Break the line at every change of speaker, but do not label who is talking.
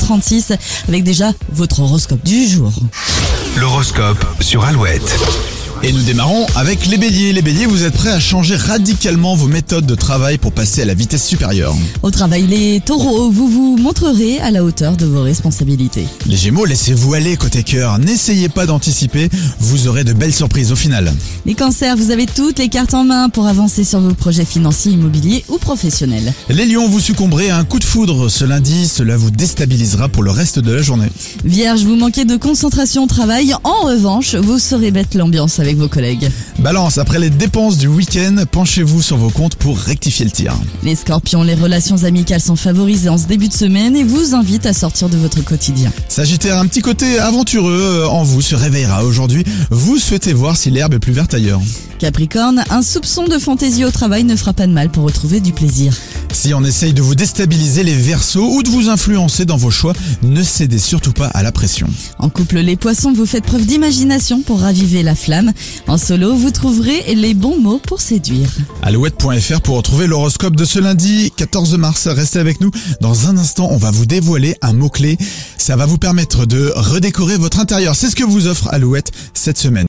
36 avec déjà votre horoscope du jour.
L'horoscope sur Alouette.
Et nous démarrons avec les béliers. Les béliers, vous êtes prêts à changer radicalement vos méthodes de travail pour passer à la vitesse supérieure.
Au travail, les taureaux, vous vous montrerez à la hauteur de vos responsabilités.
Les gémeaux, laissez-vous aller côté cœur. N'essayez pas d'anticiper, vous aurez de belles surprises au final.
Les cancers, vous avez toutes les cartes en main pour avancer sur vos projets financiers, immobiliers ou professionnels.
Les lions, vous succomberez à un coup de foudre ce lundi. Cela vous déstabilisera pour le reste de la journée.
Vierge, vous manquez de concentration au travail. En revanche, vous saurez mettre l'ambiance avec vos collègues.
Balance, après les dépenses du week-end, penchez-vous sur vos comptes pour rectifier le tir.
Les scorpions, les relations amicales sont favorisées en ce début de semaine et vous invitent à sortir de votre quotidien.
Sagittaire, un petit côté aventureux euh, en vous se réveillera aujourd'hui. Vous souhaitez voir si l'herbe est plus verte ailleurs.
Capricorne, un soupçon de fantaisie au travail ne fera pas de mal pour retrouver du plaisir.
Si on essaye de vous déstabiliser les versos ou de vous influencer dans vos choix, ne cédez surtout pas à la pression.
En couple, les poissons, vous faites preuve d'imagination pour raviver la flamme. En solo, vous trouverez les bons mots pour séduire.
Alouette.fr pour retrouver l'horoscope de ce lundi 14 mars. Restez avec nous. Dans un instant, on va vous dévoiler un mot-clé. Ça va vous permettre de redécorer votre intérieur. C'est ce que vous offre Alouette cette semaine.